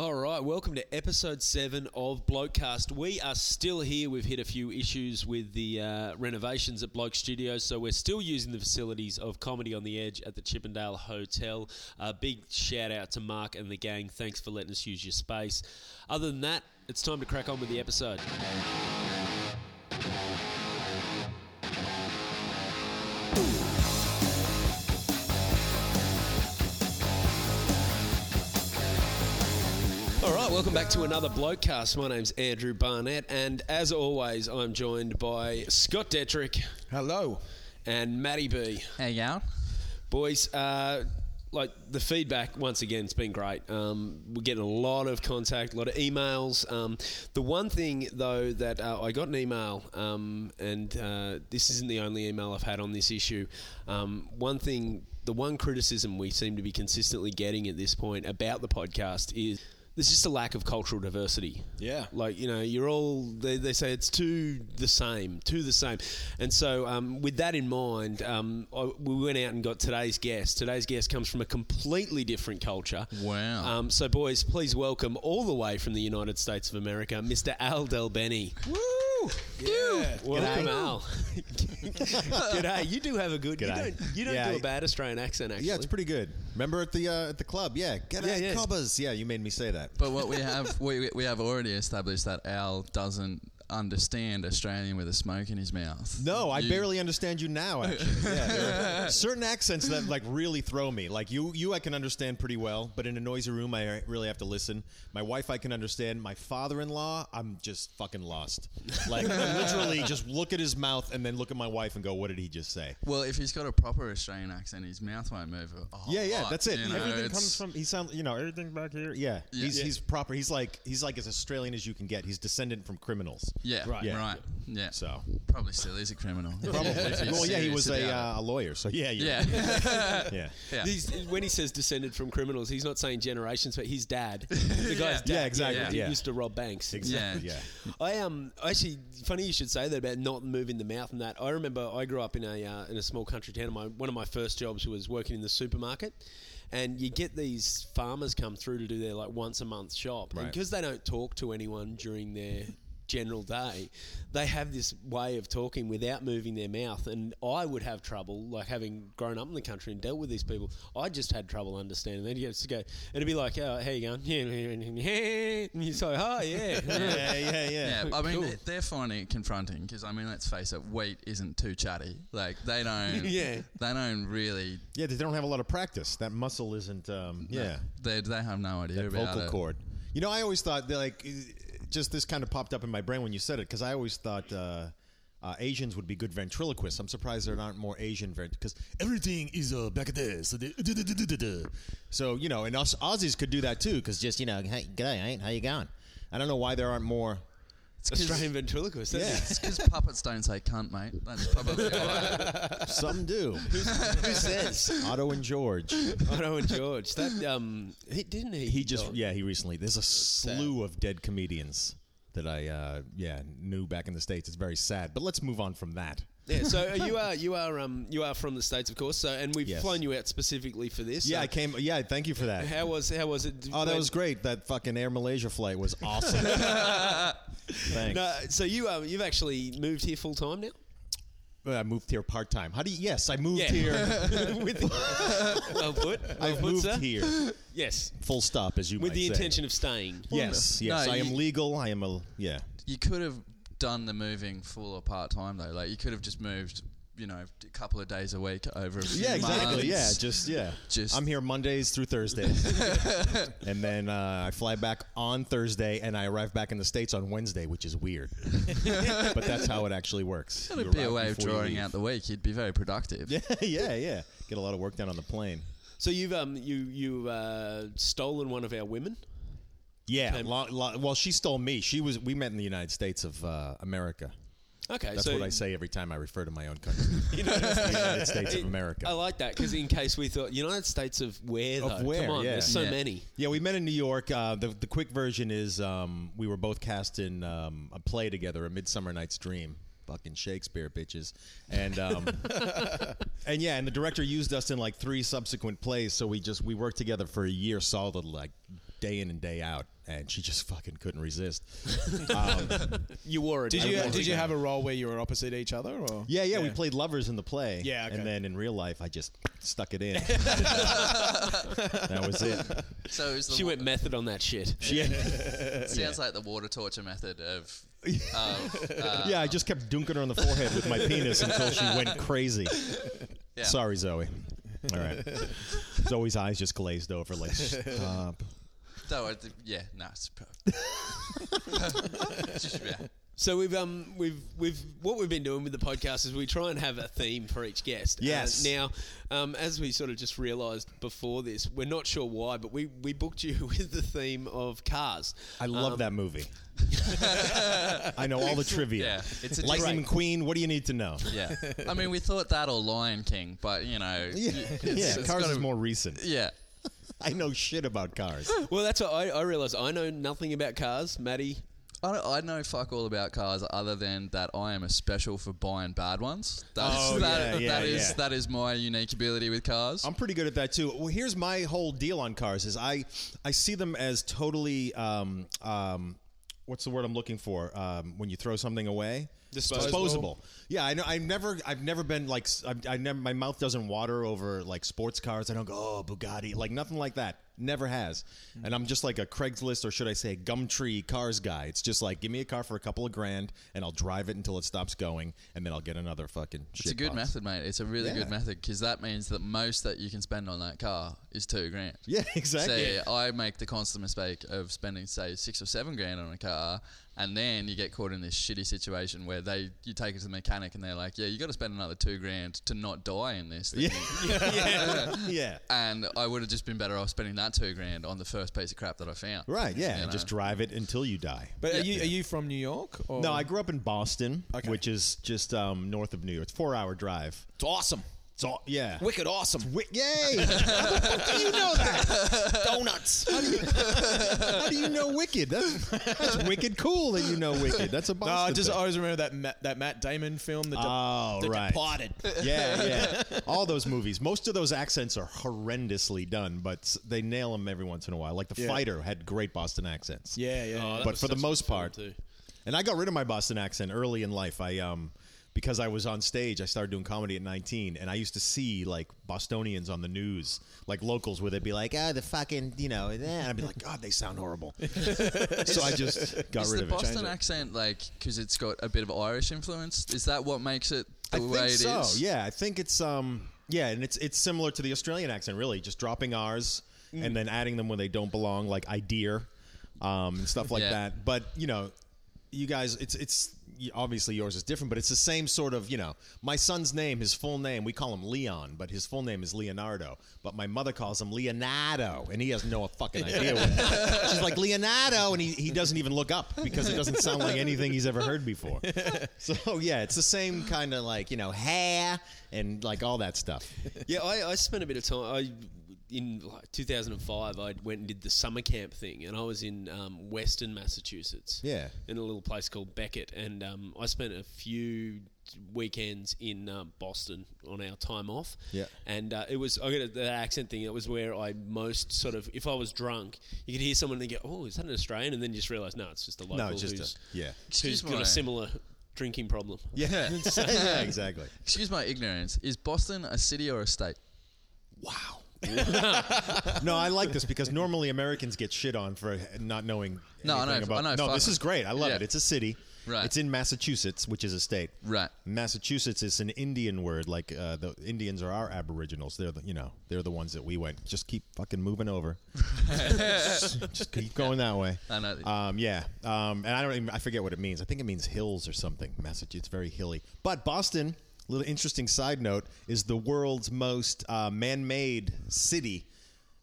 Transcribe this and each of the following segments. right, welcome to episode seven of Blokecast. We are still here. We've hit a few issues with the uh, renovations at Bloke Studios, so we're still using the facilities of Comedy on the Edge at the Chippendale Hotel. Uh, big shout out to Mark and the gang. Thanks for letting us use your space. Other than that, it's time to crack on with the episode. All right, welcome back to another Blokecast. My name's Andrew Barnett, and as always, I'm joined by Scott Detrick Hello. and Matty B. How you going? Boys, uh, like the feedback once again, it's been great. Um, we're getting a lot of contact, a lot of emails. Um, the one thing though that uh, I got an email, um, and uh, this isn't the only email I've had on this issue. Um, one thing, the one criticism we seem to be consistently getting at this point about the podcast is. There's just a lack of cultural diversity. Yeah. Like, you know, you're all, they, they say it's too the same, too the same. And so, um, with that in mind, um, I, we went out and got today's guest. Today's guest comes from a completely different culture. Wow. Um, so, boys, please welcome all the way from the United States of America, Mr. Al Del Benny. Woo! Yeah. Welcome, Al. G'day. You do have a good. You G'day. don't, you don't Yeah, do a I- bad Australian accent, actually. Yeah, it's pretty good. Remember at the uh, at the club? Yeah, get Yeah, out, yeah. cobbers. Yeah, you made me say that. But what we have we, we have already established that Al doesn't understand Australian with a smoke in his mouth. No, I You- barely understand you now. Actually, yeah, there are certain accents that like really throw me. Like you, you I can understand pretty well, but in a noisy room, I really have to listen. My wife, I can understand. My father-in-law, I'm just fucking lost. Like I literally, just look at his mouth and then look at my wife and go, "What did he just say?" Well, if he's got a proper Australian accent, his mouth won't move. a whole Yeah, yeah, lot, that's it. you know, everything it's- comes from he sounds, you know, everything back here. Yeah, he's Yeah. he's proper. He's like he's like as Australian as you can get. He's descendant from criminals. Yeah, right. Yeah. Right. Yeah. So Probably still is a criminal. Probably. If he's well, yeah, he serious was a, about uh, a lawyer, so yeah, it. you're Yeah. right. yeah, yeah. These- when he says descended from criminals, he's not saying generations, but his dad, the guy's dad, Yeah, exactly, he yeah. used to rob banks. exactly, Yeah. yeah. I um actually funny you should say that about not moving the mouth and that. I remember I grew up in a uh, in a small country town. and My one of my first jobs was working in the supermarket, and you get these farmers come through to do their like once a month shop, and Right. because they don't talk to anyone during their general day, they have this way of talking without moving their mouth, and I would have trouble like having grown up in the country and dealt with these people. I just had trouble understanding. Then you have to go, it'd be like, oh, how you going? Yeah, and you say, oh yeah. Yeah, yeah, yeah. Yeah, I mean, Cool. they- they're finding it confronting because I mean, let's face it, wheat isn't too chatty. Like they don't, Yeah. they don't really, Yeah, they don't have a lot of practice. That muscle isn't, um, yeah, they, they have no idea about vocal it. cord. You know, I always thought that, like, uh, just this kind of popped up in my brain when you said it because I always thought uh, uh, Asians would be good ventriloquists. I'm surprised there aren't more Asian because everything is uh, back there. So, they- so you know, and us Aussies could do that too because just you know, hey, g'day, ain't how you going? I don't know why there aren't more. It's 'cause- Australian ventriloquist. That's Yeah. it. It's because puppets don't say cunt, mate. That's probably why. Some do. Who says Otto and George. Otto and George? That um, he didn't he? He just yeah, he recently. There's a slew of dead comedians that I uh, yeah knew back in the states. It's very sad. But let's move on from that. yeah. So uh, you are you are um you are from the states, of course. So and we've Yes. flown you out specifically for this. Yeah, so I came. Yeah, thank you for that. How was how was it? Oh, that Wait, was great. That fucking Air Malaysia flight was awesome. Thanks. No, so you um you've actually moved here full time now. I moved here part time. How do you? Yes, I moved Yeah. here. With well put, well I've put, moved sir. here. Yes, Full stop, as you with might the say. intention of staying. Yes, No, yes. I you- am legal. I am a yeah. You could have done the moving full or part time though. Like you could have just moved, you know, a couple of days a week over. A few Yeah, months. exactly. Yeah, just yeah. Just- I'm here Mondays through Thursdays, and then uh, I fly back on Thursday, and I arrive back in the states on Wednesday, which is weird. but that's how it actually works. That would You be a arrive way of before you drawing leave. out the week. You'd be very productive. Yeah, yeah, yeah. Get a lot of work done on the plane. So you've um you you uh stolen one of our women. Yeah. lo- lo- well, she stole me. She was. We met in the United States of uh, America. Okay, That's so what I say every time I refer to my own country, You know, the United States of America. I like that because in case we thought United States of where Of though? where, Come on, yeah. there's so Yeah. many. Yeah, we met in New York. Uh, the the quick version is um, we were both cast in um, a play together, A Midsummer Night's Dream. Fucking Shakespeare, bitches, and um, and yeah, and the director used us in like three subsequent plays. So we just we worked together for a year solid, like day in and day out, and she just fucking couldn't resist. You were Um, Did you uh, I did you think I- have a role where you were opposite each other or? Yeah, yeah, we played lovers in the play. Yeah, okay. and then in real life, I just stuck it in. that was it. So it was the She wa- went method on that shit. uh, sounds like the water torture method of. of uh, yeah, I just kept dunking her on the forehead with my penis until she went crazy. yeah. Sorry, Zoe. All right. Zoe's eyes just glazed over, like, stop. No, I th- yeah, no, it's pro- Just- yeah. So we've um we've we've what we've been doing with the podcast is we try and have a theme for each guest. Uh, Yes. now, um, as we sort of just realised before this, we're not sure why, but we we booked you with the theme of cars. I Um, love that movie. I know all the trivia. Yeah, it's a Lightning great- McQueen, what do you need to know? Yeah, I mean, we thought that or Lion King, but you know, Yeah, yeah it's Cars gotta- is more recent. yeah, I know shit about Cars. Well, that's what I, I realised. I know nothing about cars, Maddie. I, don't, I know fuck all about cars other than that I am a special for buying bad ones. That's, Oh, that, yeah, that yeah, is- yeah. that is my unique ability with cars. I'm pretty good at that too. Well, here's my whole deal on cars: is I I see them as totally um, um, what's the word I'm looking for um, when you throw something away. Disposable. Yeah, I know. I've never, I've never been like, s- I've, I never, my mouth doesn't water over like sports cars. I don't go, oh, Bugatti, like nothing like that. Never has. And I'm just like a Craigslist, or should I say, Gumtree cars guy. It's just like, give me a car for a couple of grand, and I'll drive it until it stops going, and then I'll get another fucking. it's a good method, mate. It's a really Yeah. good method because that means that most that you can spend on that car is two grand. Yeah, exactly. Say uh, I make the constant mistake of spending say six or seven grand on a car, and then you get caught in this shitty situation where they you take it to the mechanic and they're like, yeah, you got to spend another two grand to not die in this. Thing. yeah. yeah. And I would have just been better off spending that two grand on the first piece of crap that I found. Right, yeah. You and know? Just drive it until you die. But are you are you from New York? Or? No, I grew up in Boston, which is just um, north of New York. It's a four hour drive. It's awesome. It's all, yeah. Wicked awesome. Wi- Yay! How the fuck do you know that? Donuts. How do you know Wicked? That's, that's wicked cool that you know Wicked. That's a No, I Boston. just thing. always remember that Matt, that Matt Damon film. The oh, The right. Departed. Yeah, yeah. All those movies. Most of those accents are horrendously done, but s- they nail them every once in a while. Like The Yeah. Fighter had great Boston accents. yeah, yeah. Oh, that but was for the such a most good film part, too. and I got rid of my Boston accent early in life. I um because I was on stage, I started doing comedy at 19, and I used to see like Bostonians on the news, like locals, where they'd be like, "Oh, the fucking," you know, and I'd be like, "God, they sound horrible." so I just got Is rid the of it. Boston accent like because it's got a bit of Irish influence? Is that what makes it the I way think it is? so. Yeah, I think it's um yeah, and it's it's similar to the Australian accent, really, just dropping R's and then adding them when they don't belong, like idea, um, and stuff like Yeah. that. But you know, you guys, it's it's y- obviously yours is different, but it's the same sort of you know. My son's name, his full name, we call him Leon, but his full name is Leonardo. But my mother calls him Leonardo, and he has no fucking idea. what She's like Leonardo, and he, he doesn't even look up because it doesn't sound like anything he's ever heard before. So yeah, it's the same kind of like you know hair and like all that stuff. Yeah, I, I spent a bit of time. I in like 2005, I went and did the summer camp thing, and I was in um, Western Massachusetts. Yeah. in a little place called Beckett, and um, I spent a few weekends in um, Boston on our time off. Yeah. and uh, it was I got that accent thing. It was where I most sort of, if I was drunk, you could hear someone and go, "Oh, is that an Australian?" and then just realize, no, it's just a local No, it's just who's, a, yeah. who's Excuse got my- a similar drinking problem. Yeah. yeah, exactly. Excuse my ignorance. Is Boston a city or a state? No, I like this because normally Americans get shit on for not knowing. No, I know- anything about, I know, No, fuck. this is great. I love Yeah. it. It's a city. Right. It's in Massachusetts, which is a state. Right. Massachusetts is an Indian word. Like uh, the Indians are our Aboriginals. They're the you know they're the ones that we went. Just keep fucking moving over. Just keep going that way. I know. Um, yeah, um, and I don't even I forget what it means. I think it means hills or something. Massachusetts, it's very hilly. But Boston, little interesting side note, is the world's most uh, man-made city.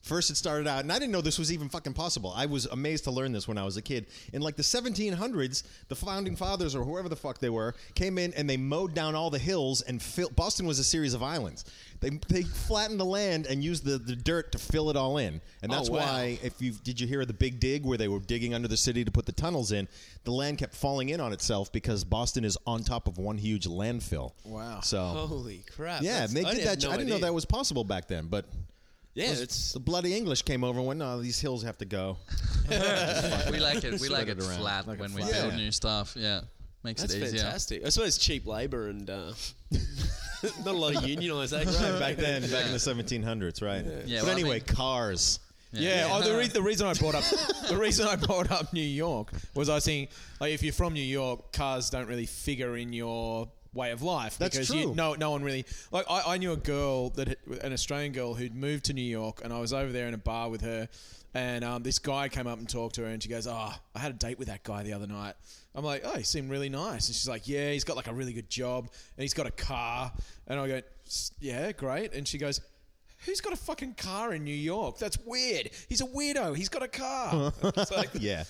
First, it started out, and I didn't know this was even fucking possible. I was amazed to learn this when I was a kid. In like the 1700s, the founding fathers or whoever the fuck they were came in and they mowed down all the hills and fill- Boston was a series of islands. They, they flattened the land and used the, the dirt to fill it all in, Oh, and that's wow. why if you did you hear the big dig where they were digging under the city to put the tunnels in the land kept falling in on itself because boston is on top of one huge landfill Wow. so Holy crap! yeah Oh, that's- and they I did had that i didn't know idea. that was possible back then but Yeah, Those- it's the bloody English came over and went, "No, these hills have to go." we like it. We like Spread it it around, flat like it when we flat. build Yeah. new stuff. Yeah, makes that's it easier. fantastic. I suppose cheap labour and uh, not a lot of unionised action back then, back in Yeah. the 1700s, right? Yeah, but well, I anyway, mean- cars. Yeah. Yeah. Oh, the, re- the reason I brought up the reason I brought up New York was I was thinking, like, if you're from New York, cars don't really figure in your way of life That's because true. You, no, no one really. Like, I, I knew a girl that had- an Australian girl who'd moved to New York, and I was over there in a bar with her, and um, this guy came up and talked to her, and she goes, "Oh, I had a date with that guy the other night." I'm like, "Oh, he seemed really nice," and she's like, "Yeah, he's got like a really good job, and he's got a car," and I go, "S- "Yeah, great," and she goes. Who's got a fucking car in New York? That's weird. He's a weirdo. He's got a car. It's like- Yeah,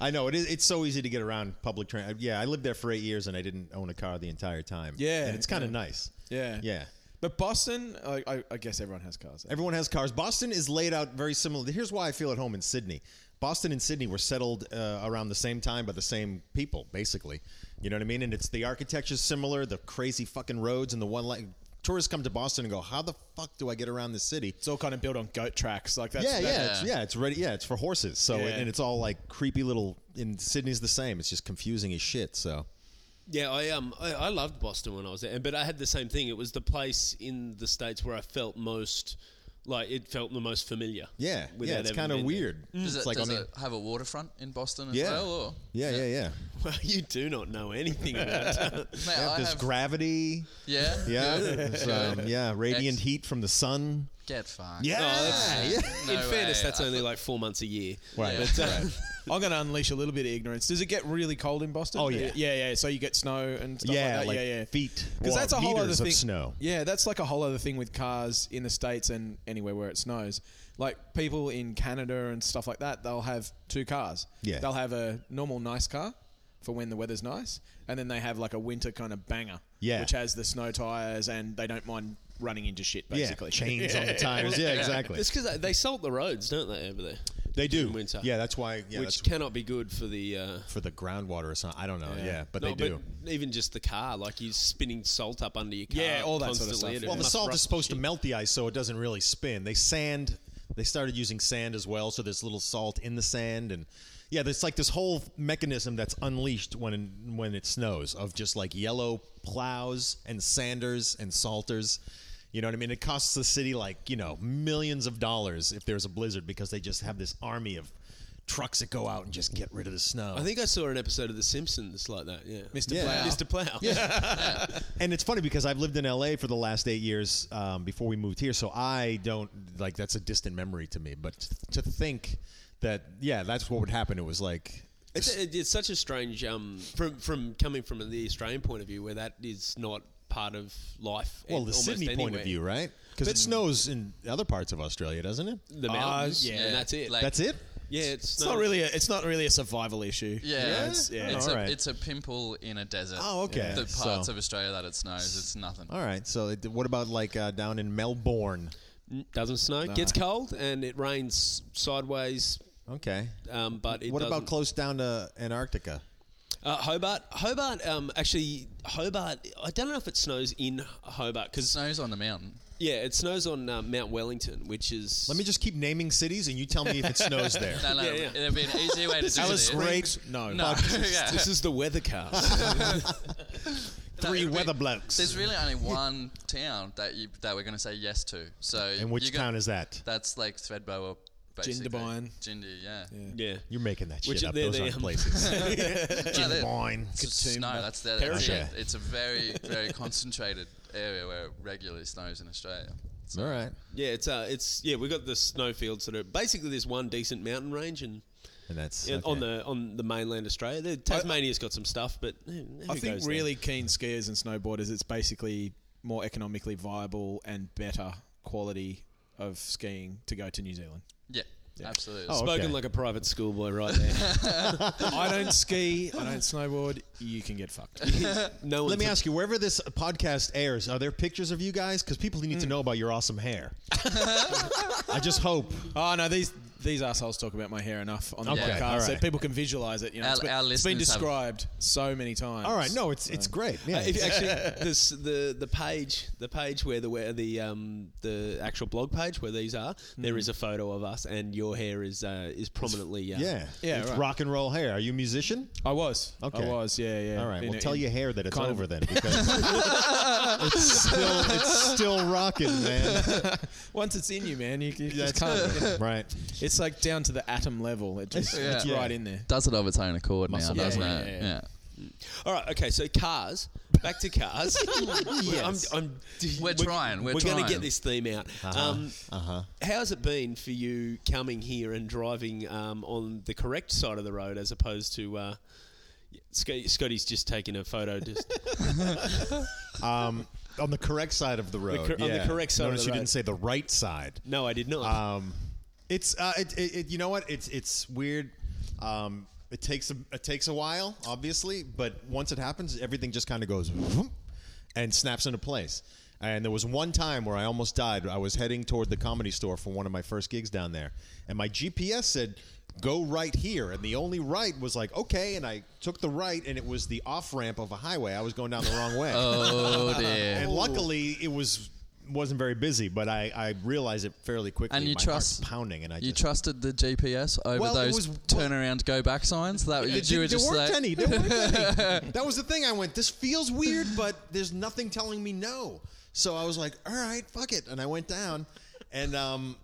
I know it is. It's so easy to get around public transit. Yeah, I lived there for eight years and I didn't own a car the entire time. Yeah, and it's kind of yeah. nice. yeah. Yeah. But Boston, I, I, I guess everyone has cars. there. Everyone has cars. Boston is laid out very similar. Here's why I feel at home in Sydney. Boston and Sydney were settled uh, around the same time by the same people, basically. You know what I mean? And it's the architecture's similar, the crazy fucking roads, and the one like tourists come to Boston and go, "How the fuck do I get around this city?" It's all kind of built on goat tracks. Like that's Yeah, yeah, that's- it's, yeah. It's ready. Yeah, it's for horses. So Yeah. and it's all like creepy little. And Sydney's the same. It's just confusing as shit. So Yeah, I um, I, I loved Boston when I was there, but I had the same thing. It was the place in the states where I felt most, like it felt the most familiar. yeah, without yeah. It's ever kind of being there. weird. Does it's it, like does on the- it have a waterfront in Boston as Yeah. well? Or? yeah, yeah, yeah. Well, you do not know anything about. Mate, They have I this have- gravity. yeah. Yeah, there's, um, yeah. Radiant heat from the sun. Get fucked. Yeah, yeah. in No fairness, way. that's I only like four months a year. Right. But, uh, I'm going to unleash a little bit of ignorance. Does it get really cold in Boston? Oh, yeah. yeah, yeah. So you get snow and stuff yeah, like that. like yeah, yeah. feet. Because well, that's a whole other meters thing. Of snow. Yeah, that's like a whole other thing with cars in the states and anywhere where it snows. Like people in Canada and stuff like that, they'll have two cars. Yeah. they'll have a normal nice car for when the weather's nice, and then they have like a winter kind of banger. Yeah. which has the snow tires and they don't mind running into shit basically. Yeah, chains on the tires. Yeah, exactly. it's because they, they salt the roads, don't they, over there? They do. During winter. Yeah, that's why. Yeah, Which that's cannot be good for the. Uh, for the groundwater or something. I don't know. Yeah, but no, they do. even just the car, like you're spinning salt up under your car. Yeah, all that sort of constantly. stuff. and it well, the must salt rust is supposed and to melt the ice, so it doesn't really spin. They sand. They started using sand as well, so there's little salt in the sand, and yeah, there's like this whole mechanism that's unleashed when when it snows of just like yellow plows and sanders and salters. You know what I mean? It costs the city like you know millions of dollars if there's a blizzard because they just have this army of trucks that go out and just get rid of the snow. I think I saw an episode of The Simpsons like that. Yeah, Mr. Yeah. Plough. Mr. Plow. Yeah. And it's funny because I've lived in LA for the last eight years um, before we moved here, so I don't like that's a distant memory to me. But to think that yeah, that's what would happen. It was like It's, it- it's such a strange um, from from coming from the Australian point of view, where that is not part of life. well, at the almost Sydney point anywhere. of view, right? Because it snows in other parts of Australia, doesn't it? the mountains, yeah. and that's it. Like- That's it. yeah, it's, It's not really a, it's not really a survival issue. Yeah. Yeah? It's, yeah. It's, Oh, a, alright. it's a pimple in a desert. Oh, okay. The So- parts of Australia that it snows, it's nothing. All right. So it, what about like uh, down in Melbourne? doesn't snow. Gets cold and it rains sideways. Okay. Um, but it what about doesn't- close down to Antarctica? Uh, Hobart, Hobart. Um, actually, Hobart. I don't know if it snows in Hobart because Snows on the mountain. yeah, it snows on uh, Mount Wellington, which is Let me just keep naming cities, and you tell me if it snows there. No, no, Yeah, yeah. it'd be an easier way to do this. Alice Springs? No. No, yeah. This is the weathercast. No, Three it'd be- weather blokes. There's really only one town that you that we're going to say yes to. So and which you go- town is that? That's like Threadbow. basically. Jindabyne. Jindy, yeah. yeah, You're making that Which shit up. they're Those the, aren't um, places. No, they're- Wine. it's snow. That's, the- that's Parish. it. Okay. It's a very, very concentrated area where it regularly snows in Australia. All right. yeah. It's uh, it's yeah. We got the snowfields that are basically there's one decent mountain range and. And that's Yeah, on okay. the on the mainland Australia. The, Tasmania's got some stuff, but eh, who I think goes there? really keen skiers and snowboarders, it's basically more economically viable and better quality of skiing to go to New Zealand. Yeah, absolutely. Oh, spoken okay. like a private schoolboy right there. I don't ski, I don't snowboard, you can get fucked. No one. Let me ask you, wherever this podcast airs, are there pictures of Mm. you guys? Because people need to know about your awesome hair. I just hope. Oh no, these these assholes talk about my hair enough on the Okay, podcast all so right. people can visualize it. You know, Our- it's been, our it's been listeners have- described so many times. All right, no, it's it's great. Yeah, Uh, if actually, this, the the page the page where the where the um the actual blog page where these are, Mm. there is a photo of us, and your hair is uh, is prominently uh, yeah, Yeah, It's right. rock and roll hair. Are you a musician? I was. Okay. I was. Yeah, yeah. All right, In well, a- tell in- your hair that it's kind of- over then because it's still it's still rocking, man. Once it's in you, man, you, you That's just can't. right. It's like down to the atom level. It just Yeah. it's Yeah. right in there. Does it of its own accord now, Muscle doesn't memory. it? Yeah. Yeah, yeah, All right. Okay. So cars. Back to cars. yes. I'm, I'm, We're trying, we're going trying. Uh-huh, to get this theme out. Um, How's it been for you coming here and driving um, on the correct side of the road as opposed to? Uh, Sc- Scotty's just taken a photo. Just Um, on the correct side of the road. cor- on the yeah. correct side of Notice the you road. didn't say the right side. no, I did not. Uh, Um, it's uh, it, it, it, you know what? It's it's weird. Um, it takes a it takes a while, obviously, but once it happens, everything just kind of goes vroom and snaps into place. And there was one time where I almost died. I was heading toward the comedy store for one of my first gigs down there, and my GPS said go right here and the only right was like okay and i took the right and it was the off ramp of a highway i was going down the wrong way Oh dear. and luckily it was wasn't very busy but i i realized it fairly quickly And you My trust heart's pounding and i you just trusted the GPS over Well, it those was- turnaround go back signs that you, There- you there were just weren't like any. There weren't any. That was the thing. I went. This feels weird, but there's nothing telling me no. So I was like, all right, fuck it, and I went down, and um,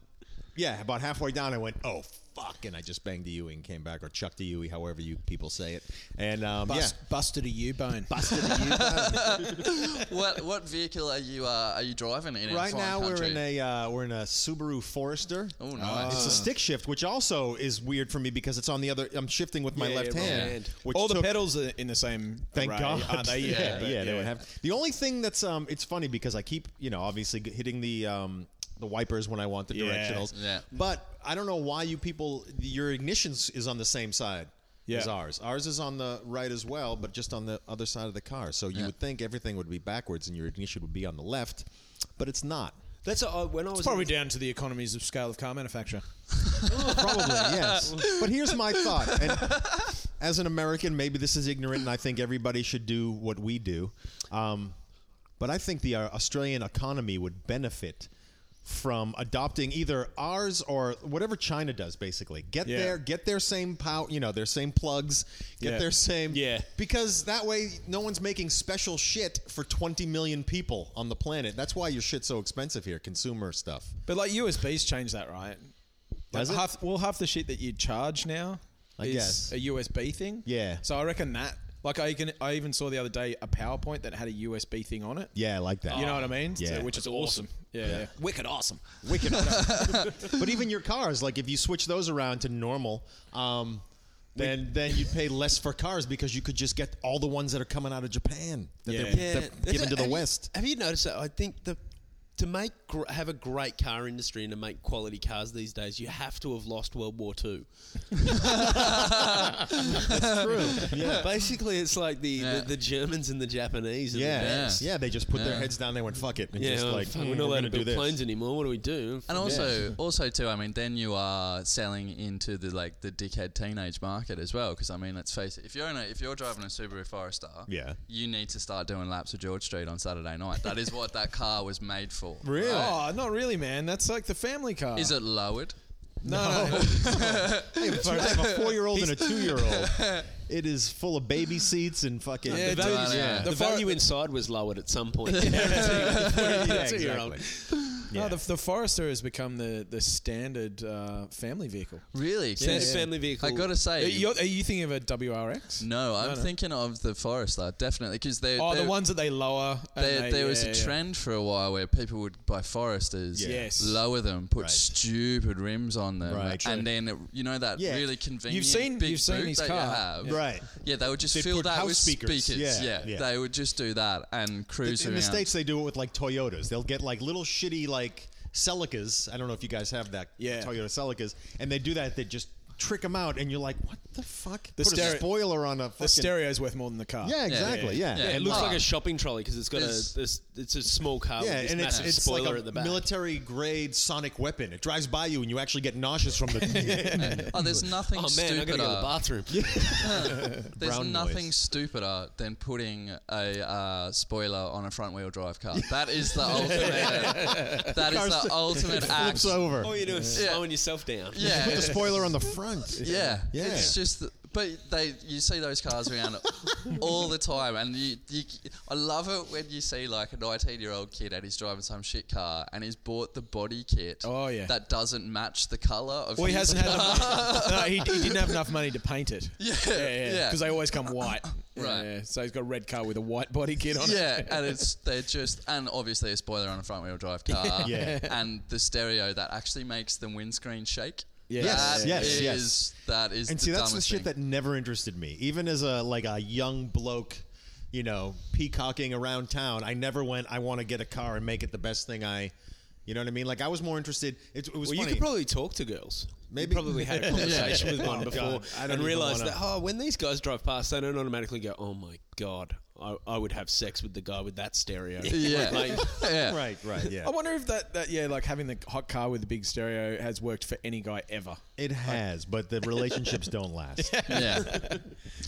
yeah, about halfway down, I went, oh fuck, and I just banged the Yui and came back, or chucked the Yui, however you people say it, and um, Bust, Busted a U bone. Busted a U. what what vehicle are you uh, are you driving in? yeah. Right now we're in a uh, we're in a Subaru Forester. Uh, Oh, nice. It's a stick shift, which also is weird for me because it's on the other. I'm shifting with my Yeah, left yeah, right hand. hand. which All Oh, the took- pedals are in the same. Thank array, God. aren't they? Yeah, yeah, but they would have. The only thing that's um, it's funny because I keep you know obviously g- hitting the um, the wipers when I want the Yeah. directionals. Yeah. But I don't know why you people your ignitions is on the same side. Yeah. As ours. Ours is on the right as well, but just on the other side of the car. So you Yeah. would think everything would be backwards and your ignition would be on the left, but it's not. That's a, I- when I was It's probably down to the economies of scale of car manufacture. Probably, yes. But here's my thought. And as an American, maybe this is ignorant, and I think everybody should do what we do. Um, but I think the uh, Australian economy would benefit from adopting either ours or whatever China does. Basically, get Yeah. their get their same power, you know, their same plugs, get Yeah. their same Yeah. Because that way, no one's making special shit for 20 million people on the planet. That's why your shit's so expensive here, consumer stuff. But like USBs changed that, right? Like Does it? half, well, half the shit that you charge now I is guess. a USB thing. Yeah. So I reckon that. Like I can, I even saw the other day a PowerPoint that had a USB thing on it. Yeah, I like that. You know what I mean? Yeah. So, which is awesome. Yeah. yeah. wicked awesome. wicked. but even your cars, like if you switch those around to normal, um, then then you'd pay less for cars because you could just get all the ones that are coming out of Japan that Yeah. they're, Yeah, they're that's given it. to the Have you- West. have you noticed that? I think the to make gr- have a great car industry and to make quality cars these days, you have to have lost World War Two. That's true. Yeah. Basically, it's like the, Yeah. the, the Germans and the Japanese. Are Yeah. the yeah, best. they just put their Yeah. heads down. They went fuck it, and yeah. just well, like fuck, "Mm, we're not allowed to gonna do build this. planes anymore. What do we do? And Fuck. also, also too, I mean, then you are selling into the like the dickhead teenage market as well. Because I mean, let's face it, if you're in a, if you're driving a Subaru Forester, Yeah. you need to start doing laps of George Street on Saturday night. That is what that car was made for. Really? Oh, not really, Oh. man. That's like the family car. Is it lowered? No, no. I have a- Oh. I have a four-year-old and a two-year-old. It is full of baby seats and fucking. Yeah, the dude, value, yeah. the The vo- value inside was lowered at some point. yeah, two-year-old. exactly. No, the, the Forester has become the the standard uh, family vehicle. Really? 'Cause Standard family vehicle. I gotta Are say, you, are you thinking of a WRX? no, I'm thinking of the Forester definitely because they Oh, they're, the ones that they lower. and There, they- there was yeah, a yeah. trend for a while where people would buy Foresters, Yeah. Yes. lower them, put Right. stupid rims on them, Right. True. and then it, you know that Yeah. really convenient. seen- big you've seen boot his that you car. have. Yeah. Right. Yeah, they would just They'd fill put that house with speakers. speakers. Yeah, Yeah, yeah. they would just do that and cruise in around. the states they do it with like Toyotas. They'll get like little shitty like Celicas. I don't know if you guys have that Yeah. Toyota Celicas, and they do that. They just trick them out, and you're like, what the the fuck? The Put stereo- a spoiler on a fucking. The stereo's worth more than the car. yeah, exactly. Yeah. Yeah. it looks Ah. like a shopping trolley because it's got There's- a this, it's a small car uh, Yeah, with this and it's, massive it's spoiler like a at the back. military grade sonic weapon. It drives by you and you actually get nauseous from the. Oh, there's nothing oh man, stupider. I gotta go to the bathroom. There's Brown nothing noise. stupider than putting a uh, spoiler on a front wheel drive car. That is the ultimate. that is the ultimate act. flips over. All you do is slowing yourself down. Yeah, Put the spoiler on the front. yeah, Yeah. It's just, th- but they you see those cars around all the time, and you, you I love it when you see like a 19 year old kid and he's driving some shit car and he's bought the body kit. Oh, yeah. that doesn't match the color of. Well, he his hasn't had car. enough. No, he, he didn't have enough money to paint it. Yeah, yeah, yeah. Because they always come white. Yeah, Right. Yeah, So he's got a red car with a white body kit on it. Yeah, and it's they're just and obviously a spoiler on a front wheel drive car. Yeah. And the stereo that actually makes the windscreen shake. Yes. Yes, That yes, is- yes. That is and the see that's the dumbest shit thing. that never interested me even as a like a young bloke you know peacocking around town i never went i want to get a car and make it the best thing i you know what i mean like i was more interested it, it was Well, funny. you could probably talk to girls. Maybe- Maybe you probably had a conversation with one Oh, before God. I don't and even realized wanna- that oh, when these guys drive past, they don't automatically go, "Oh my god, I, I would have sex with the guy with that stereo." Yeah. Like, yeah. right right yeah I wonder if that, that, yeah, like having the hot car with the big stereo has worked for any guy ever. it has but the relationships don't last Yeah.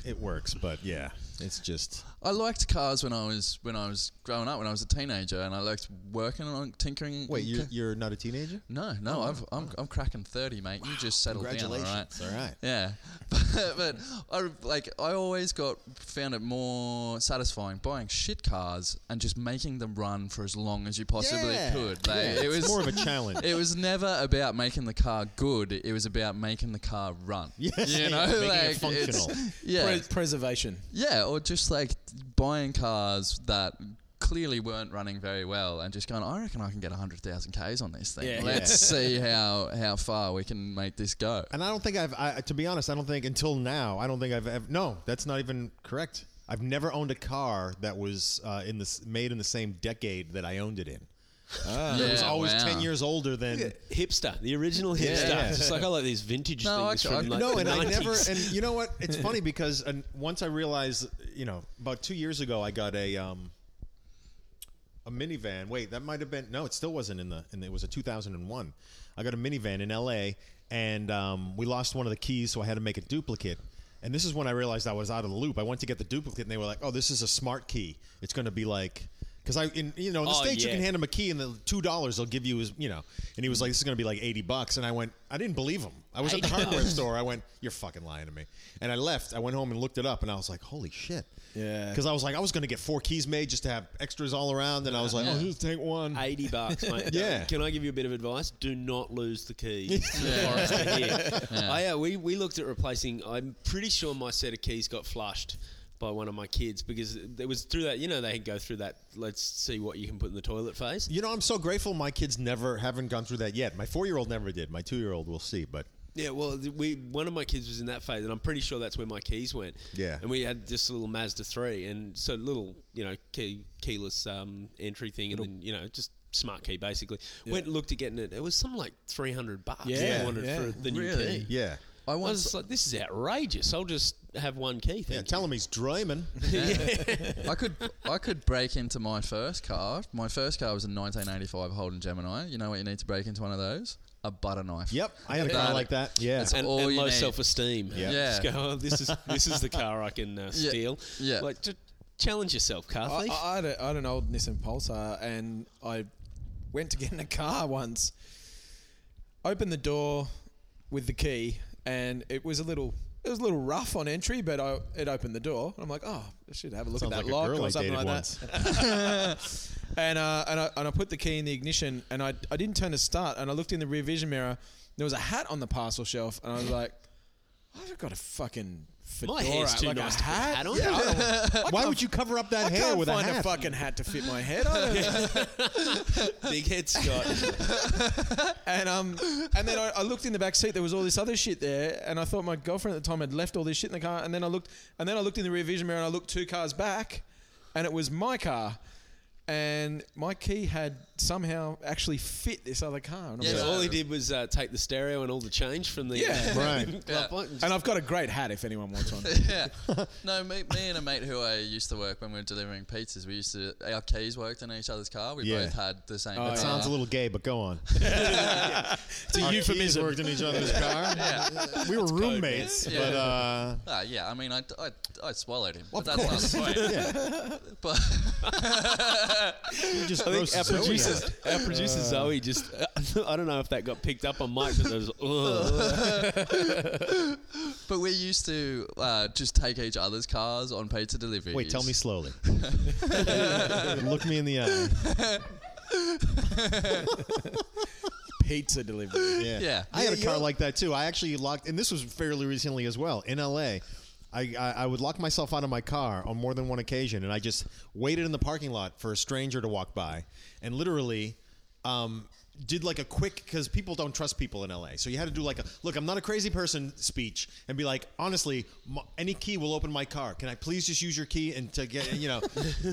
it works but yeah it's just I liked cars when I was when I was growing up, when I was a teenager, and I liked working on tinkering. wait you're, you're not a teenager No, no, I've, I'm, I'm cracking 30, mate. You just settled down, all right? Congratulations. All right. Yeah. But, but I, like, I always got found it more satisfying buying shit cars and just making them run for as long as you possibly Yeah. could. Like, Yeah, it it's was more of a challenge. It was never about making the car good. It was about making the car run. Yeah, You know, making it like, functional. It's, yeah. Pres- preservation. Yeah, or just like buying cars that clearly weren't running very well and just going, I reckon I can get 100,000 Ks on this thing. Yeah. Let's see how, how far we can make this go. and i don't think i've I, to be honest i don't think until now i don't think i've ever no that's not even correct i've never owned a car that was uh, in this made in the same decade that i owned it in yeah, It was always wow. 10 years older than. hipster, the original hipster. yeah. It's just like I like these vintage No, things I- I- from like No, the and 90s. I never. And you know what? It's funny because and once I realized, you know, about two years ago, I got a um, a minivan. Wait, that might have been no. It still wasn't in the. And it was a 2001. I got a minivan in L.A. and um, we lost one of the keys, so I had to make a duplicate. And this is when I realized I was out of the loop. I went to get the duplicate, and they were like, "Oh, this is a smart key. It's going to be like." Because I, in, you know, in the Oh, states you yeah. can hand him a key, and the two dollars they'll give you is, you know. And he was like, "This is going to be like eighty bucks," and I went, "I didn't believe him. I was at the hardware store. I went, you're fucking lying to me." And I left. I went home and looked it up, and I was like, "Holy shit!" Yeah. Because I was like, I was going to get four keys made just to have extras all around, and I was like, "Oh, just take one." Eighty bucks, mate. Yeah. Can I give you a bit of advice? Do not lose the keys. to the Forester here. I, uh, we we looked at replacing. I'm pretty sure my set of keys got flushed by one of my kids because it was through that. You know, they go through that. Let's see what you can put in the toilet phase. you know, I'm so grateful my kids never haven't gone through that yet. My four year old never did. My two year old, we'll see, but Yeah, well, th- we one of my kids was in that phase, and I'm pretty sure that's where my keys went. Yeah. and we had this little Mazda three, and so little, you know, key, keyless um, entry thing, and then you know, just smart key basically. Went and looked at getting it. It was something like three hundred bucks. Yeah, I wanted yeah. for the new Really? key. yeah, I I was once just like, this is outrageous. I'll just have one key. yeah. Thank Tell him he's dreaming. I could I could break into my first car. My first car was a 1985 Holden Gemini. You know what you need to break into one of those? A butter knife. yep, I had a car like that. Yeah, and, all and you low need. self esteem. Yeah. Just go, oh, this is this is the car I can uh, steal. Yeah. Like to challenge yourself, car I, thief. I, had a, I had an old Nissan Pulsar, and I went to get in a car once. Opened the door with the key, and it was a little it was a little rough on entry, but I, it opened the door. And I'm like, oh, I should have a look Sounds at that like a lock girl I or something dated like that. and uh, and I and I put the key in the ignition, and I I didn't turn to start, and I looked in the rear vision mirror. There was a hat on the parcel shelf, and I was like, I've got a fucking fedora, My hair's too like nice a to put a hat. hat on. Yeah, I don't- Why would you cover up that I hair can't with find a hat? fucking hat to fit my head. I don't Big head Scott. and um, and then I, I looked in the back seat. There was all this other shit there, and I thought my girlfriend at the time had left all this shit in the car. And then I looked, and then I looked in the rear vision mirror, and I looked two cars back, and it was my car. and my key had somehow actually fit this other car. And, I'm Yeah. like- So all he did was uh, take the stereo and all the change from the uh, Yeah. Right. glove Yeah. box and just- and I've got a great hat if anyone wants one. yeah. No, me, me and a mate who I used to work when we were delivering pizzas, we used to our keys worked in each other's car. We Yeah. both had the same. yeah. car. It sounds a little gay, but go on. It's a Our keys euphemism. worked in each other's car. We were roommates, man. but Yeah. uh, Ah, yeah. I mean, I, I, I swallowed him. Of but that's not the point. But you just I grossed think our Zoe out. producer, our producer Zoe just, I don't know if that got picked up on mic, but there was, "Ugh." but we used to uh, just take each other's cars on pizza delivery. Wait, tell me slowly. Look me in the eye. Pizza delivery. Yeah. Yeah. I had a Yeah, car you're- like that too. I actually locked, and this was fairly recently as well in LA. I, I, I would lock myself out of my car on more than one occasion, and I just waited in the parking lot for a stranger to walk by, and literally um, did like a quick because people don't trust people in LA. So you had to do like a look, I'm not a crazy person speech, and be like, honestly, m- any key will open my car. Can I please just use your key and to get you know,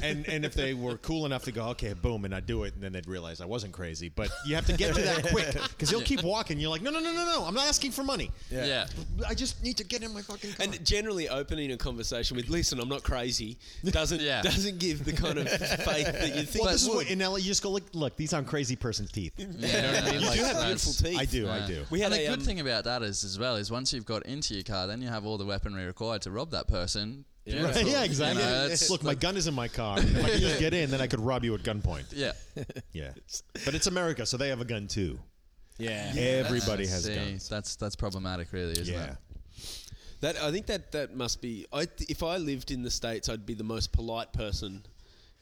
and and if they were cool enough to go, okay, boom, and I do it, and then they'd realize I wasn't crazy. But you have to get to that quick because he'll keep walking. You're like, no, no, no, no, no, I'm not asking for money. Yeah. I just need to get in my fucking car. and generally opening a conversation with, listen, I'm not crazy, doesn't Yeah. doesn't give the kind of faith that you think. well, it this is would. what in LA you just go look. Look, these aren't crazy person's teeth. You know what I you mean? Like, do have that's- beautiful teeth. I do, I do. We had and a, the good um, thing about that is, as well, is once you've got into your car, then you have all the weaponry required to rob that person. Right, Beautiful. yeah, exactly. You know, that's- Look, my gun is in my car. If I could just get in, then I could rob you at gunpoint. yeah. Yeah, but it's America, so they have a gun too. Yeah. Everybody has See, guns. That's that's problematic, really, isn't Yeah, it? That I think that that must be. I th- if I lived in the states, I'd be the most polite person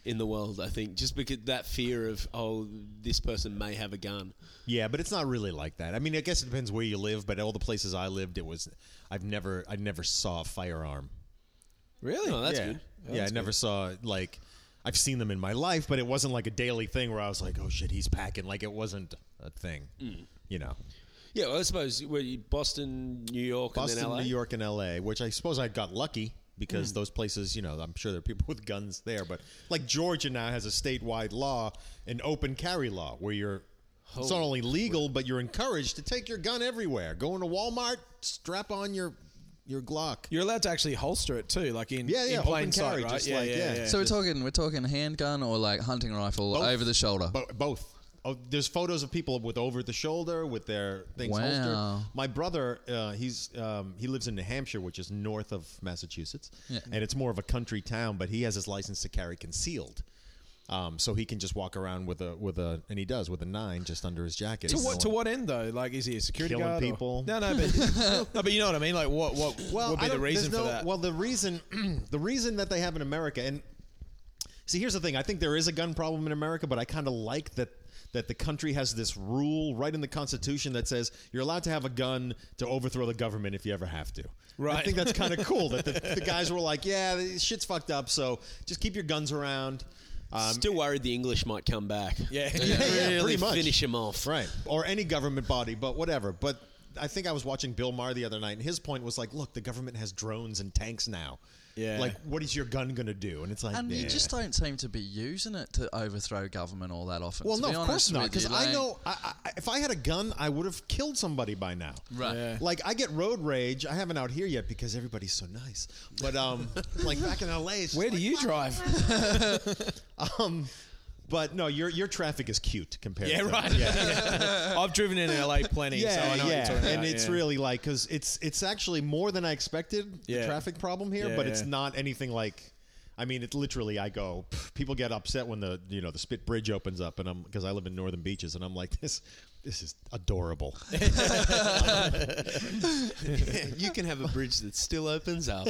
in the world. I think just because that fear of oh, this person may have a gun. yeah, but it's not really like that. I mean, I guess it depends where you live, but all the places I lived, it was I've never I never saw a firearm. Really? Oh, that's yeah. good. yeah, I never saw like I've seen them in my life, but it wasn't like a daily thing where I was like, oh shit, he's packing. Like it wasn't a thing, Mm. you know. Yeah, well, I suppose were you Boston, New York, and Boston, then Hmm. LA? New York, and L.A., which I suppose I got lucky because those places, you know, I'm sure there are people with guns there. But like Georgia now has a statewide law, an open carry law, where you're it's not only legal but you're encouraged to take your gun everywhere. Go into Walmart, strap on your your Glock. You're allowed to actually holster it too, like in, Yeah, yeah, in plain open sight, carry, right? just like- yeah. So we're talking we're talking handgun or like hunting rifle Both. over the shoulder. Bo- both. Oh, there's photos of people with over the shoulder with their things Wow. holstered. My brother, uh, he's um, he lives in New Hampshire, which is north of Massachusetts, Yeah. and it's more of a country town. But he has his license to carry concealed, um, so he can just walk around with a with a and he does with a nine just under his jacket. To what, to what end though? Like, is he a security Killing guard? or- people. No, no, but no, but you know what I mean. Like, what, what would I be the don't- reason there's for no- that? Well, the reason the reason that they have in America and see here's the thing. I think there is a gun problem in America, but I kind of like that that the country has this rule right in the Constitution that says you're allowed to have a gun to overthrow the government if you ever have to. I Right. think that's kind of cool that the, the guys were like, yeah, this shit's fucked up, so just keep your guns around. Um, Still worried the English might come back. yeah. yeah, yeah, really pretty much. finish him off. Right. Or any government body, but whatever. But I think I was watching Bill Maher the other night, and his point was like, look, the government has drones and tanks now. Yeah. Like, what is your gun going to do? And it's like, and yeah. you just don't seem to be using it to overthrow government all that often. Well, to no, be of course honest not. with Because you, I like- know I, I, if I had a gun, I would have killed somebody by now. Right. Yeah. Like I get road rage. I haven't out here yet because everybody's so nice. But um, like back in LA, it's just Where do like, you "Fuck." drive? Um, but no, your your traffic is cute compared. Yeah, to right. I've driven in LA plenty, so I know what you're talking about. and it's yeah. really like because it's it's actually more than I expected the Yeah. traffic problem here, Yeah, but it's yeah. not anything like. I mean, it's literally I go. pff, People get upset when the you know the Spit Bridge opens up, and I'm because I live in Northern Beaches, and I'm like this. This is adorable. you can have a bridge that still opens up.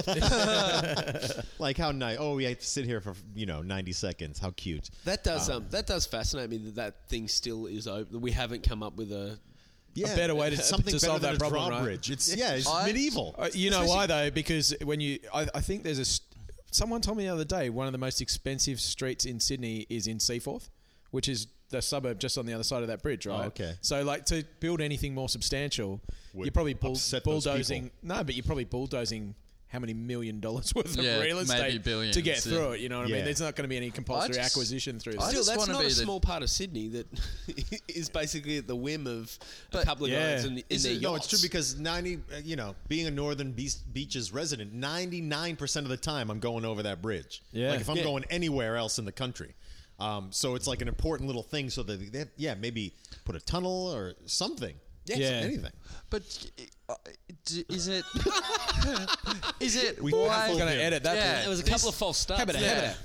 like how nice. Oh, we have to sit here for you know 90 seconds. How cute. that does Ah. um, that does fascinate me that that thing still is open. We haven't come up with a Yeah, better way to- something better to solve than that a problem, right? Drawbridge. It's yeah, it's I- medieval. Uh, you know why though? Because when you, I, I think there's a. st- Someone told me the other day one of the most expensive streets in Sydney is in Seaforth, which is the suburb just on the other side of that bridge, right? okay. So like to build anything more substantial, Would you're probably bull- upset those bulldozing. No, but you're probably bulldozing how many million dollars worth of Yeah, real estate maybe billions, to get yeah. through it. You know what I Yeah. mean? There's not going to be any compulsory just- acquisition through I this. Still, just that's wanna not be a the- small part of Sydney that is basically at the whim of But- a couple of Yeah. guys in, in Is their it- no, it's yachts. true because ninety. uh, You know, being a northern beach, beaches resident, ninety nine percent of the time I'm going over that bridge. Yeah. like if I'm Yeah. going anywhere else in the country. Um, so it's like an important little thing. So that they, yeah, maybe put a tunnel or something. Yeah, Yeah. anything. But uh, d- is it? is it? We why- baffled We're going to him. edit that. Yeah. bit. There was a couple of false starts. Habit, there.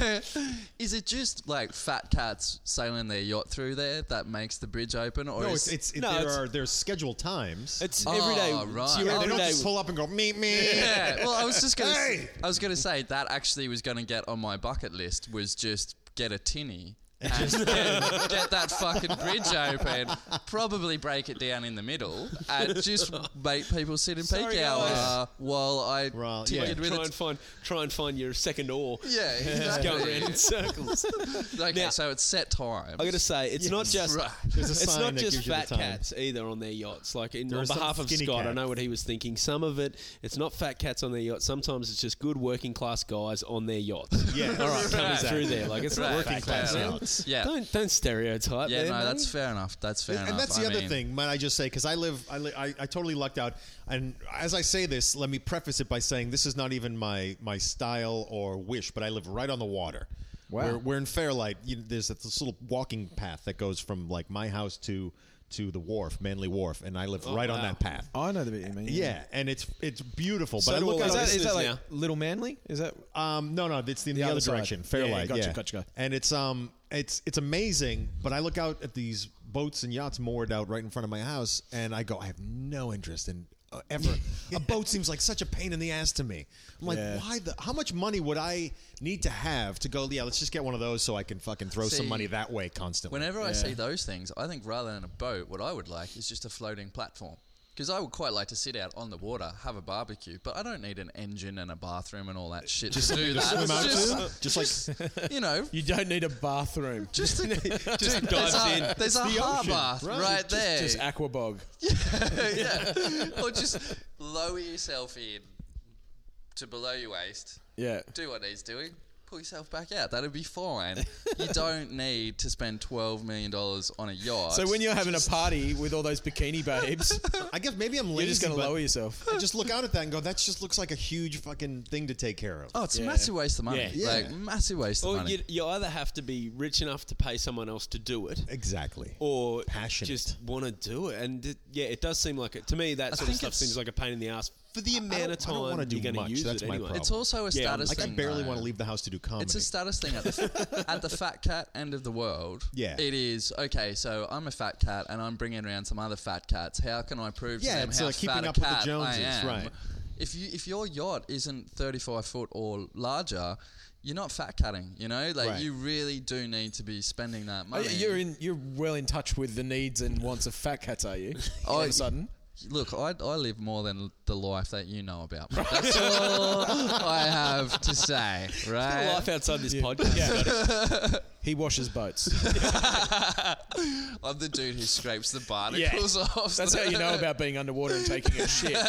habit. is it just like fat cats sailing their yacht through there that makes the bridge open, or No, it's is it's it, No, there it's- are there's scheduled times. It's Oh, every day. right. It's your yeah, they don't everyday- just pull up and go me me. yeah? Well, I was just gonna. s- Hey! I was gonna say that actually was gonna get on my bucket list was just get a tinny. And get, get that fucking bridge open. Probably break it down in the middle and just make people sit in peak Sorry, hour guys. while I Well, tinkered yeah. with try it. and find try and find your second oar. yeah, Just exactly. going around in circles. Okay, Now- so it's set time. I got to say, it's not just Right. There's a it's sign not that just gives you the fat time. cats either on their yachts. Like in, There on are some behalf of skinny Scott, I cats. know what he was thinking. Some of it, it's not fat cats on their yachts. Sometimes it's just good working class guys on their yachts. Yeah, all right, coming through there. Like it's not Right. working Fat class cats. yachts. Yeah. Don't don't stereotype. Yeah, there, no, mate. that's fair enough. That's fair and, enough. that's the I other mean- thing, might I just say, because I live, I, li- I, I totally lucked out. And as I say this, let me preface it by saying this is not even my my style or wish, but I live right on the water. Wow. We're, we're in Fairlight. You, there's this little walking path that goes from like my house to to the wharf, Manly Wharf, and I live right on wow. that path. I know the bit you mean. Yeah, and it's it's beautiful. So but I do look all out Oh. Is our that, is that listeners like now. Little Manly? Is that Um, no, no, it's in the, other other side. direction, Yeah, yeah, Fairlight. gotcha, yeah. gotcha, gotcha. And it's um, it's it's amazing. But I look out at these boats and yachts moored out right in front of my house, and I go, I have no interest in uh, ever. a boat seems like such a pain in the ass to me. I'm like, Yeah. why the? How much money would I need to have to go? Yeah, let's just get one of those so I can fucking throw See, some money that way constantly. Whenever I see those things, I think rather than a boat, what I would like is just a floating platform. Because I would quite like to sit out on the water, have a barbecue, but I don't need an engine and a bathroom and all that shit just to do that. swim It's out just, to? Just like you know, you don't need a bathroom? just a, Just dude, there's dives a, in. There's a the ocean, harbour right, right? Just- there. Just aquabog. yeah, or just lower yourself in to below your waist. Yeah. do what he's doing. Pull yourself back out. That'll be fine. you don't need to spend twelve million dollars on a yacht. So when you're having a party with all those bikini babes, I guess maybe I'm lazy. you're just going to but lower yourself. I just look out at that and go, that just looks like a huge fucking thing to take care of. oh, it's a Yeah. massive waste of money. Yeah. Like Yeah. massive waste of Or money. you, you either have to be rich enough to pay someone else to do it, Exactly. or Passionate. just want to do it. And it, yeah, it does seem like it to me. That sort of think stuff it's- seems like a pain in the ass for the I amount don't- of I time don't wanna do you're going much, to use that's it my anyway. problem. it's also a Yeah, status Oh, Like I thing. barely though. want to leave the house to do comedy. It's a status thing at the, at the fat cat end of the world. Yeah. it is okay. So I'm a fat cat, and I'm bringing around some other fat cats. How can I prove Yeah, to them it's how like keeping fat a up with the cat Joneses, I am? right. If you if your yacht isn't 35 foot or larger, you're not fat catting. You know, like Right. you really do need to be spending that Oh, money. yeah, You're in. You're well in touch with the needs and wants of fat cats, are you? All of y- a sudden, Look, I, I live more than the life that you know about. mate. That's all I have to say, Got a right? life outside this podcast. he washes boats. I'm the dude who scrapes the barnacles off. That's how you know about being underwater and taking a shit. Yeah,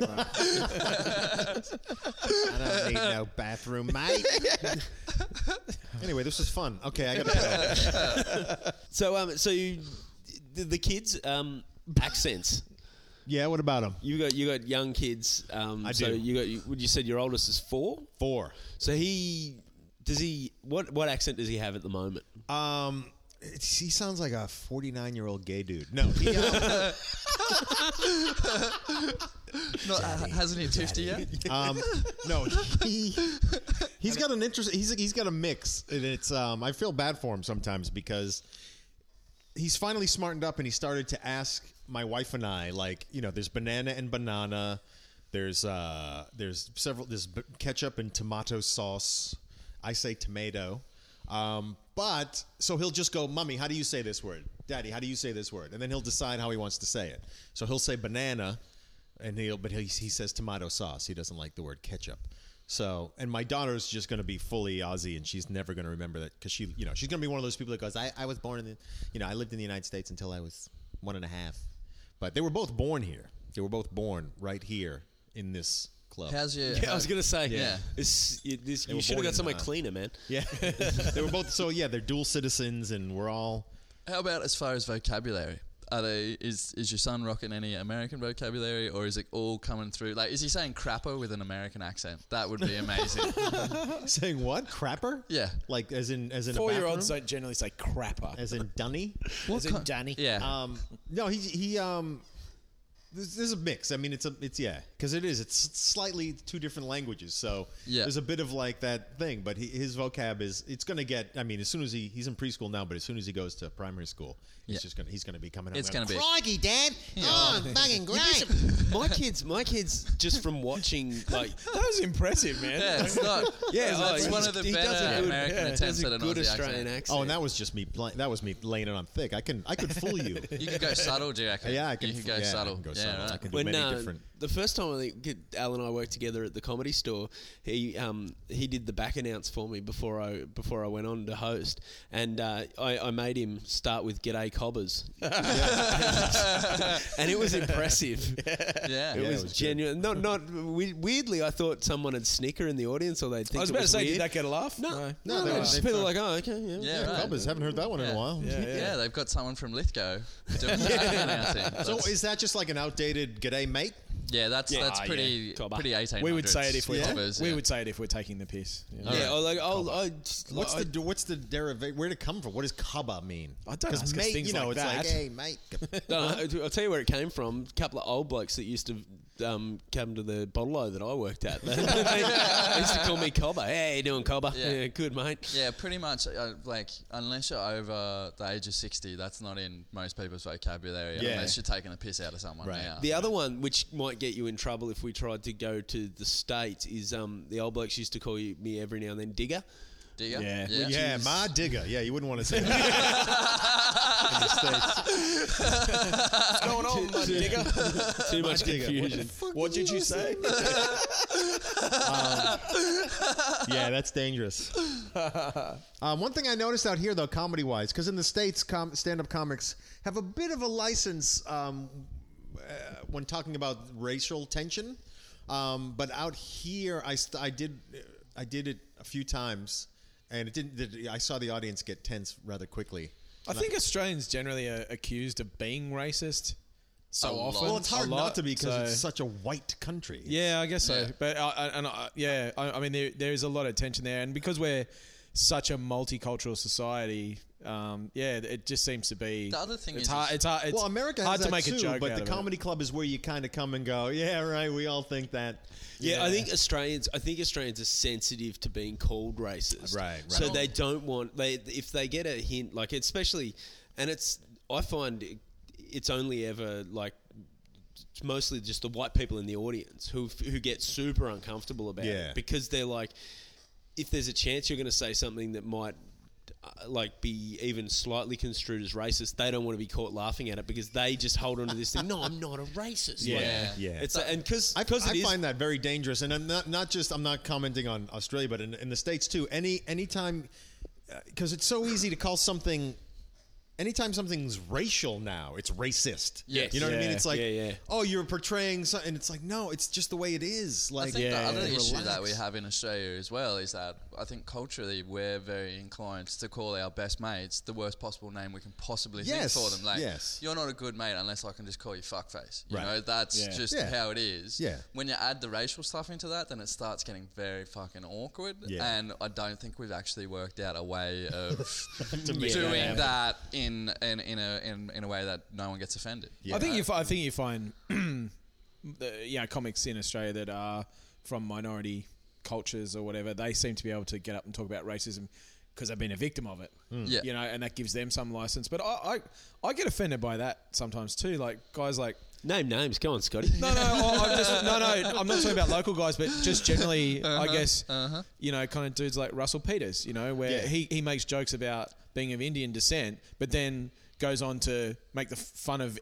right. I don't need no bathroom, mate. anyway, this was fun. Okay, I gotta go. So, um, so you, the, the kids, um, accents. Yeah, what about him? You got you got young kids. Um, I so do. You got you, would you said your oldest is four. Four. So he does he what what accent does he have at the moment? Um, it's, he sounds like a 49 year old gay dude. No, he, um, No, uh, hasn't he toofed you yet? um, no, he, he's got an interest. He's he's got a mix, and it's um, I feel bad for him sometimes because he's finally smartened up and he started to ask my wife and I like you know there's banana and banana there's uh there's several there's b- ketchup and tomato sauce I say tomato um but so he'll just go mummy how do you say this word daddy how do you say this word and then he'll decide how he wants to say it so he'll say banana and he'll but he, he says tomato sauce he doesn't like the word ketchup so and my daughter's just going to be fully Aussie, and she's never going to remember that because she, you know, she's going to be one of those people that goes, I, "I was born in, the, you know, I lived in the United States until I was one and a half." But they were both born here. They were both born right here in this club. How's your? Yeah, I was gonna say. Yeah. It's, it, this, were you should have born got in, somewhere uh, cleaner, man. yeah, they were both so yeah. They're dual citizens, and we're all How about as far as vocabulary? Are they is is your son rocking any American vocabulary, or is it all coming through? Like, is he saying crapper with an American accent? That would be amazing. saying what crapper? Yeah. like as in as in a Four year olds bathroom? don't generally say crapper. as in dunny. As in Danny. yeah, Um, no, he he um. This, this is a mix. I mean, it's a it's yeah, because it is. It's slightly two different languages, so Yeah. there's a bit of like that thing. But he, his vocab is it's going to get. I mean, as soon as he he's in preschool now, but as soon as he goes to primary school, he's Yeah. just gonna he's gonna be coming. home It's going gonna be- crikey, Dad. Oh, I'm fucking great. my kids, my kids, just from watching, like, That was impressive, man. yeah, it's not. yeah, that's oh, one he's- of the he does better a good- American yeah, he does attempts a at an good Aussie Australian accent. accent. Oh, and that was just me. Playing, that was me laying it on thick. I can I could fool you. You could go subtle, do you reckon? yeah, I can. You could go yeah, I subtle. can go yeah, subtle. right. I can do when many uh, different. the first time I think Al and I worked together at the comedy store, he um, he did the back announce for me before I before I went on to host, and uh, I, I made him start with "G'day Cobbers," and it was impressive. yeah. It Yeah, was, it was good. genuine. Not not we, weirdly. I thought someone would snicker in the audience, or they'd think I was it about to say, weird. did that get a laugh? no, No, no, they they were- just they people thought- like, oh, okay, yeah, Yeah, Yeah, right. Cobblers, haven't heard that one in uh, Yeah. a while. Yeah, Yeah. yeah. they've got someone from Lithgow doing that announcing. So That's- is that just like an outdated "G'day, mate"? yeah, that's that's Ah, yeah. pretty Cobber. pretty eighteen. We would say it if we Cobbers, we yeah. would say it if we're taking the piss. you know? yeah. Or like, oh, I just- What's I- the what's the derivation? Where would it come from? What is kaba mean? I don't 'Cause ask us mate, things you know, like it's that. like hey mate. No, I'll tell you where it came from. A couple of old blokes that used to um, come to the bottle O that I worked at. they used to call me Cobber. Hey, you doing Cobber? Yeah. Yeah. good mate. Yeah, pretty much. Uh, like, unless you're over the age of sixty, that's not in most people's vocabulary. Yeah. Unless you're taking a piss out of someone. Right. Now. The other one, which might get you in trouble if we tried to go to the states, is um, the old blokes used to call you, me every now and then Digger. Digger? Yeah. Yeah. yeah, my digger. Yeah, you wouldn't want to say that. In the States. What's going Oh, on, my digger? Too much digger. What confusion. What did you say? yeah, that's dangerous. um, one thing I noticed out here, though, comedy wise, because in the States, com- stand up comics have a bit of a license um, uh, when talking about racial tension. Um, but out here, I, st- I did I did it a few times, and it didn't. did- I saw the audience get tense rather quickly. I think Australians generally are accused of being racist A so lot. often. Well, it's hard A lot, not to be because so- it's such a white country. Yeah, I guess so. Yeah. But uh, and- and uh, yeah, I, I mean there there is a lot of tension there, and because we're such a multicultural society, um, yeah, it just seems to be The other thing It's is- hard. It's hard. It's well, America has hard that to make too, a joke, but out the of comedy club is where you kind of come and go. Yeah, right. We all think that. Yeah, I think Australians. I think Australians are sensitive to being called racist. Right, right. So they don't want they if they get a hint like especially, and it's I find it, it's only ever like it's mostly just the white people in the audience who who get super uncomfortable about Yeah. it because they're like, if there's a chance you're going to say something that might. uh, Like be even slightly construed as racist, they don't want to be caught laughing at it because they just hold on to this thing. No, I'm not a racist. Like, Yeah, yeah. It's and because I, because I find that very dangerous, and I'm not not just I'm not commenting on Australia, but in, in the states too. Any anytime, because it's so easy to call something. Anytime something's racial now, it's racist. Yes. you know what I mean. Yeah, It's like, yeah, yeah. oh, you're portraying something. And it's like, no, it's just the way it is. I Like, think Yeah. the other relax. issue that we have in Australia as well is that I think culturally we're very inclined to call our best mates the worst possible name we can possibly Yes, think for them. Like, yes. you're not a good mate unless I can just call you fuckface. You Right. know, that's Yeah. just Yeah. how it is. Yeah. When you add the racial stuff into that, then it starts getting very fucking awkward. Yeah. And I don't think we've actually worked out a way of make that doing happen. that in, in, in, a, in, in a way that no one gets offended. Uh, I think you. fi- I think you find, the, yeah, comics in Australia that are from minority cultures or whatever, they seem to be able to get up and talk about racism because they've been a victim of it. Yeah. you know, and that gives them some license. But I, I, I get offended by that sometimes too. Like guys, like name names. Go on, Scotty. No, no, I- I'm just, no, no. I'm not talking about local guys, but just generally, I guess, you know, kind of dudes like Russell Peters, you know, where Yeah. he, he makes jokes about being of Indian descent, but then goes on to make the fun of.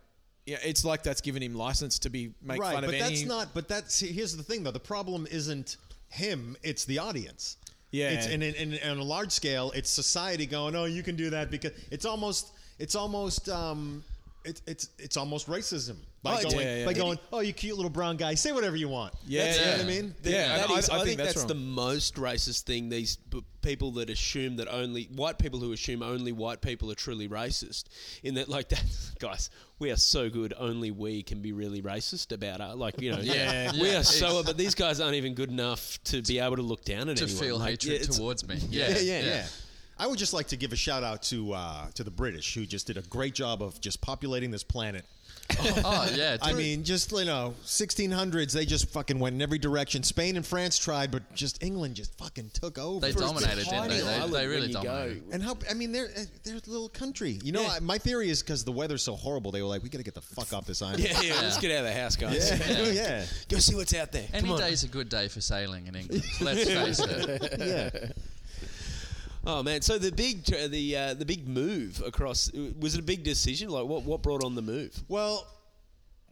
Yeah, it's like that's given him license to be make right, fun but of any. that's not. But that's see, here's the thing though. The problem isn't him; it's the audience. Yeah. It's, and, and, and on a large scale, it's society going, "Oh, you can do that," because it's almost, it's almost, um, it's it's it's almost racism. by I do. going, Yeah, yeah. by going, oh, you cute little brown guy, say whatever you want. Yeah, That's- yeah. You know what I mean? Yeah, That I- is- I I, think think that's that's, the wrong. most racist thing. These p- people that assume that only white people who assume only white people are truly racist. In that, like that, guys, we are so good. Only we can be really racist about our, like you know. Yeah, we yeah, are so. it's- But these guys aren't even good enough to be able to look down at to anyone. feel Like, yeah, hatred it's- towards me. Yeah, yeah, yeah. I would just like to give a shout out to uh, to the British who just did a great job of just populating this planet. Oh yeah. I dude. mean, just you know, 1600s they just fucking went in every direction. Spain and France tried, but just England just fucking took over. They First dominated, didn't party they? on- They, island they when really you go. dominated. And how? I mean, they're they're a little country. You know, Yeah. I, my theory is because the weather's so horrible, they were like, we gotta get the fuck off this island. Yeah, yeah, Let's get out of the house, guys. yeah, yeah. Go see what's out there. Any Come on. day's a good day for sailing in England. Let's face it. yeah. Oh man! So the big, tr- the uh, the big move across was it a big decision? Like what what brought on the move? Well,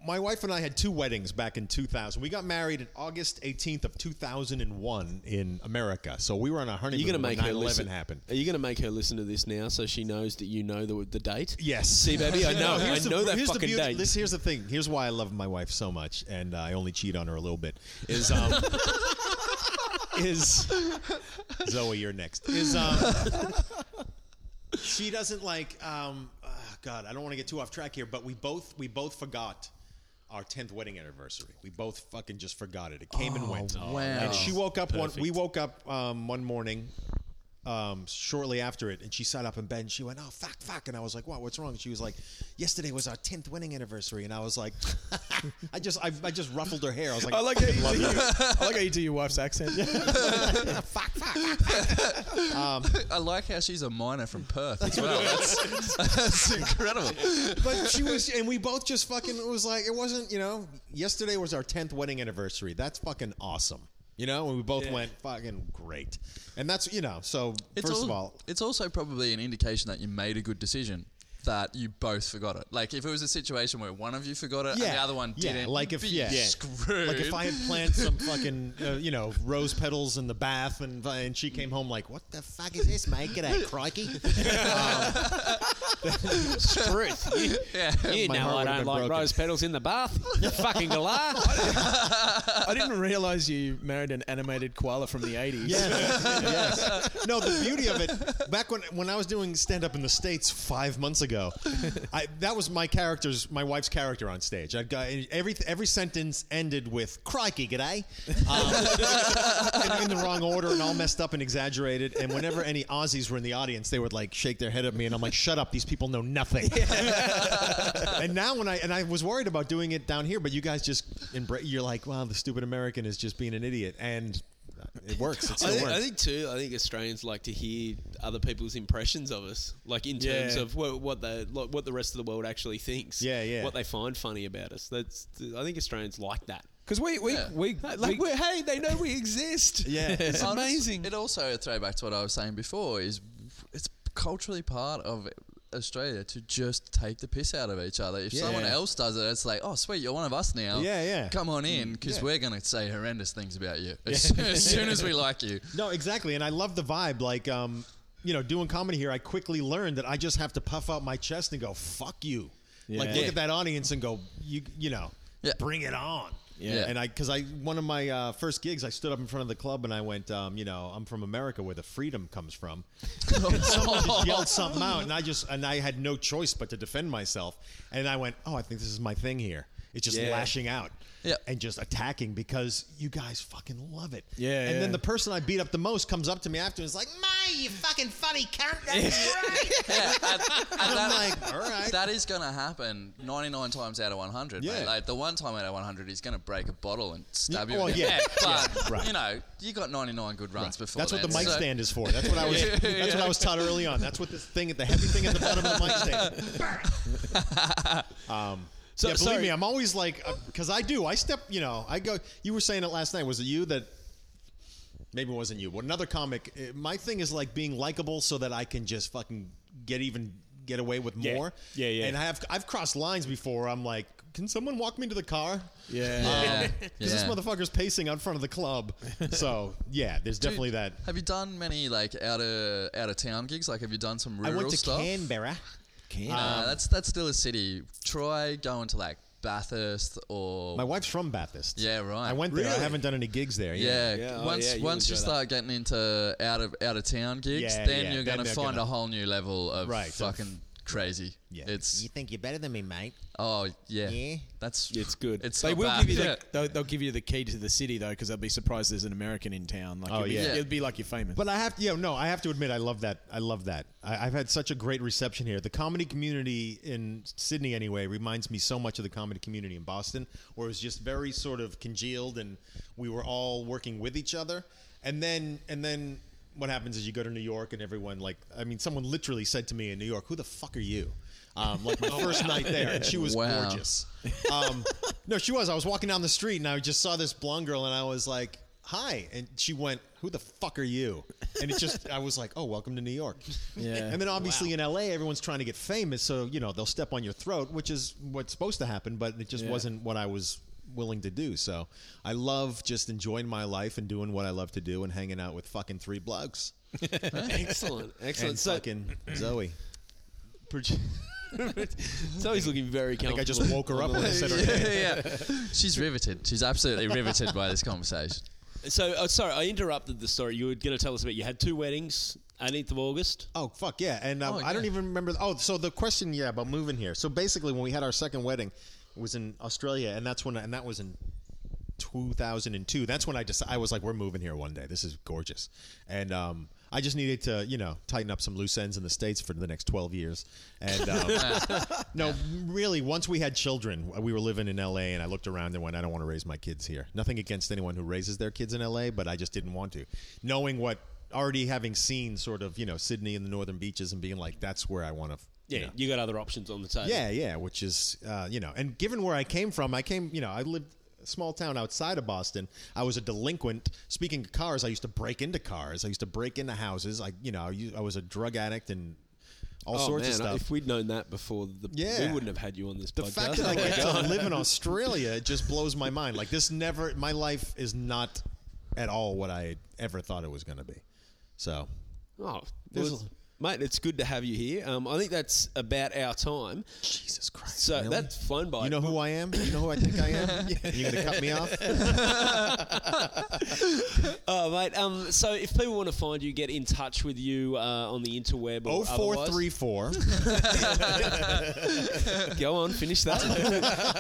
my wife and I had two weddings back in 2000. We got married on August 18th of 2001 in America. So we were on our honeymoon Are you going to when make her 9/11 listen? happened. Are you going to make her listen to this now so she knows that you know the the date? Yes. See, baby, I know, I Here's the- know that here's the fucking beauty- date. This, here's the thing. Here's why I love my wife so much, and uh, I only cheat on her a little bit. Is um, is Zoe, you're next. Is um, she doesn't like um, ah, God. I don't want to get too off track here, but we both we both forgot our 10th wedding anniversary. We both fucking just forgot it. It came and went. wow. And she woke up one we woke up um, one morning um, shortly after it and she sat up in bed and she went, "Oh fuck, fuck." And I was like, "What? What's wrong?" And she was like, "Yesterday was our 10th wedding anniversary." And I was like, I just I, I just ruffled her hair. I was like, I like how you do your, I like how you do your wife's accent. "Fuck, fuck." I like how she's a miner from Perth as well. That's, that's incredible. But she was and we both just fucking it was like it wasn't, you know, yesterday was our 10th wedding anniversary. That's fucking awesome. You know, and we both went fucking great. And that's, you know, so first al- of all, it's also probably an indication that you made a good decision. That you both forgot it. Like if it was a situation where one of you forgot it and Uh, the other one yeah, didn't. Like if be yeah, screwed. Like if I had planted some fucking uh, you know rose petals in the bath and and she came home like, what the fuck is this, mate? Get out, crikey! Truth. You, yeah. you My know heart I don't would've like been broken. rose petals in the bath. You fucking galah. I didn't realize you married an animated koala from the 80s. Yeah. yes. No, the beauty of it. Back when when I was doing stand up in the states five months ago, I, that was my character's, my wife's character on stage. I got every every sentence ended with "crikey, g'day," um, and in the wrong order and all messed up and exaggerated. And whenever any Aussies were in the audience, they would like shake their head at me, and I'm like, "Shut up! These people know nothing." and now when I and I was worried about doing it down here, but you guys just embrace. You're like, "Wow, the stupid American is just being an idiot," and. It works. It I still think, works. I think too. I think Australians like to hear other people's impressions of us, like in terms Yeah. of what, what the like, what the rest of the world actually thinks. Yeah, yeah. What they find funny about us. That's I think Australians like that. Because we, we, Yeah. we, Like, we- we're, hey, they know we exist. Yeah. it's Oh, that's- amazing. It also a throwback to what I was saying before is it's culturally part of Australia to just take the piss out of each other. If someone Yeah. else does it, it's like, oh sweet, you're one of us now. Yeah, yeah. Mm, Come on in, because yeah. we're gonna say horrendous things about you as, as soon as we like you. No, exactly. And I love the vibe. Like, um, you know, doing comedy here, I quickly learned that I just have to puff out my chest and go, fuck you. Like, look Yeah. at that audience and go, you, you know, Yeah. bring it on. Yeah. And I, because I, one of my uh, first gigs, I stood up in front of the club and I went, um, you know, I'm from America where the freedom comes from. And someone just yelled something out, and I just, and I had no choice but to defend myself. And I went, oh, I think this is my thing here. It's just Yeah. lashing out Yeah. and just attacking because you guys fucking love it. Yeah, And then yeah. the person I beat up the most comes up to me after and is like, "My, you fucking funny cunt." That's great. Yeah, and- and that- I'm like, all right. that is going to happen 99 times out of 100. Yeah. Mate. Like the one time out of 100, he's going to break a bottle and stab Yeah, you. well, in the yeah, head. But, right. you know, you got 99 good runs before That's what the then, mic so- stand is for. That's what I was. Yeah, yeah, That's what I was taught early on. That's what this thing, the heavy thing at the bottom of the mic stand. um, So- yeah, believe so- me, I'm always like, because I do. I step, you know, I go. You were saying it last night. Was it you that? Maybe it wasn't you. But another comic. eh, My thing is like being likable so that I can just fucking get even get away with Yeah. more. Yeah, yeah. And I have I've crossed lines before. I'm like, can someone walk me to the car? yeah. Yeah, Because this yeah. motherfucker's pacing out front of the club. So yeah, there's Dude, definitely that. Have you done many like out of out of town gigs? Like, have you done some I rural went to Um, stuff? Canberra. Nah, that's that's still a city. Try going to like Bathurst or My wife's from Baptist. yeah, right. I went there. I Really? haven't done any gigs there. Yeah, Yeah, oh, once yeah, you'll once you enjoy that. start getting into out of out of town gigs, Yeah, then yeah, you're then gonna they're find gonna- a whole new level of Right, of- fucking crazy. Yeah. it's think you're better than me, mate? oh yeah, Yeah. that's It's good. It's They not will bad. give you Yeah. the, they'll, they'll give you the key to the city though, because they'll be surprised there's an American in town. Like, Oh, it'd be, yeah. it'd be like you're famous. But I have to, yeah, no, I have to admit, I love that. I love that. I, I've had such a great reception here. The comedy community in Sydney, anyway, reminds me so much of the comedy community in Boston, where it was just very sort of congealed, and we were all working with each other. And then, and then, what happens is you go to New York, and everyone, like, I mean, someone literally said to me in New York, "Who the fuck are you?" Um, like my first night there, and she was Wow. gorgeous. Um, no, she was. I was walking down the street and I just saw this blonde girl and I was like, "Hi," and she went, "Who the fuck are you?" And it just, I was like, "Oh, welcome to New York." Yeah. And then obviously in LA, everyone's trying to get famous, so you know they'll step on your throat, which is what's supposed to happen, but it just Yeah. wasn't what I was willing to do. So I love just enjoying my life and doing what I love to do and hanging out with fucking three blokes excellent, excellent. and so, fucking Zoe. so he's looking very I think comfortable. I just woke her up when I said her name. yeah, yeah. She's riveted. She's absolutely riveted by this conversation. So uh, sorry, I interrupted the story. You were going to tell us about you had two weddings, 18th of August. Oh fuck yeah! And uh, Oh, I don't yeah. even remember. Oh, so the question, yeah, about moving here. So basically, when we had our second wedding, it was in Australia, and that's when, and that was in 2002. That's when I decided I was like, we're moving here one day. This is gorgeous, and um, I just needed to, you know, tighten up some loose ends in the states for the next 12 years. And um, no, really, once we had children, uh, we were living in L.A., and I looked around and went, I don't want to raise my kids here. Nothing against anyone who raises their kids in L.A., but I just didn't want to, knowing what already having seen sort of you know Sydney and the northern beaches and being like that's where I want to. Yeah, you got other options on the table. Yeah, yeah, which is uh, you know, and given where I came from, I came you know I lived a small town outside of Boston. I was a delinquent. Speaking of cars, I used to break into cars. I used to break into houses. I you know I u- I was a drug addict and all Oh, sorts man, of stuff. If we'd known that before, the, Yeah. we wouldn't have had you on this the podcast. fact that I get to live in Australia it just blows my mind. Like this never, my life is not at all what I ever thought it was going to be. So oh, There's well, mate, it's good to have you here. Um, I think that's about our time. Jesus Christ. So really? that's flown by. You know who I am? You know who I think I am? You're going to cut me off? Oh, mate. Um, so if people want to find you, get in touch with you uh, on the interweb or otherwise. 0434. Go on, finish that.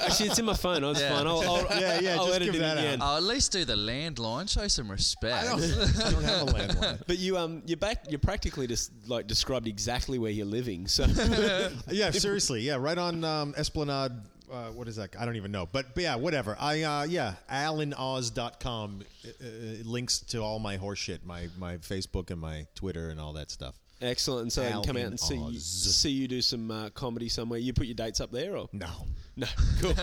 Actually, it's in my phone. I was Yeah. fine. I'll, I'll, Yeah, yeah, I'll just edit give it that in the out. end. I'll at least do the landline. Show some respect. I don't, I don't have a landline. But you, um, you're back. You're practically just like described exactly where you're living. So Yeah, seriously. Yeah, right on um, Esplanade. Uh, what is that? I don't even know. But, but yeah, whatever. I uh, yeah, alanoz.com uh, uh, links to all my horseshit, my my Facebook and my Twitter and all that stuff. excellent. And so they can Al come out in and see you, Oz. see you do some uh, comedy somewhere. You put your dates up there, or No. no? Cool.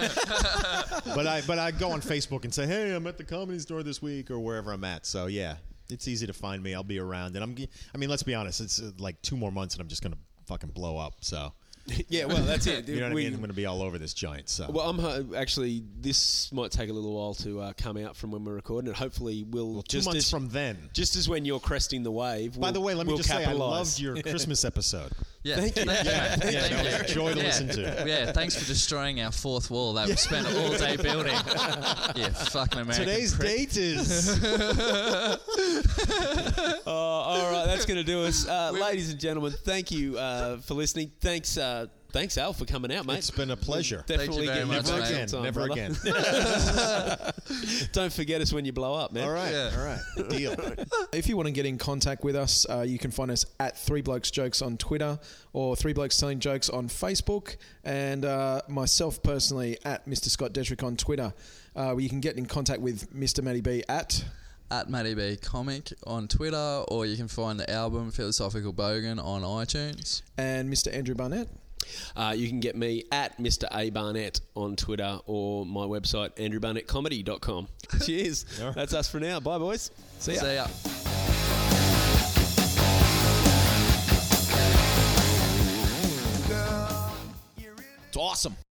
But I but I go on Facebook and say, "Hey, I'm at the comedy store this week or wherever I'm at." So, yeah. It's easy to find me. I'll be around and I'm g- I mean, let's be honest. It's uh, like 2 more months and I'm just going to fucking blow up. So, yeah. Well, that's it. You know what We- I mean? I'm going to be all over this giant. So Well, I'm ho- actually. This might take a little while to uh, come out from when we're recording it. Hopefully, we'll, two just months as, from then. just as when you're cresting the wave. By the way, let me just say I capitalize. loved your Christmas episode. Yeah. Thank you. Yeah. Yeah, no, it was a joy to listen to. Yeah, thanks for destroying our fourth wall that we spent all day building. yeah, fucking American. Today's prick. date is Oh, all right, that's going to do us, uh, ladies and gentlemen. Thank you uh, for listening. Thanks, uh, thanks Al for coming out, mate. It's been a pleasure. Definitely Thank you very getting much, never back mate. on again. time, never brother. again. Don't forget us when you blow up, man. All right. Yeah. All right. Deal. uh, If you want to get in contact with us, uh, you can find us at Three Blokes Jokes on Twitter or Three Blokes Telling Jokes on Facebook, and uh, myself personally at Mr. Scott Detrick on Twitter, uh, where you can get in contact with Mr. Matty B at. At Matty B Comic on Twitter, or you can find the album Philosophical Bogan on iTunes. And Mr. Andrew Barnett. Uh, you can get me at Mr. A Barnett on Twitter or my website, andrewbarnettcomedy.com. Cheers. That's us for now. Bye, boys. See ya. See ya. It's awesome.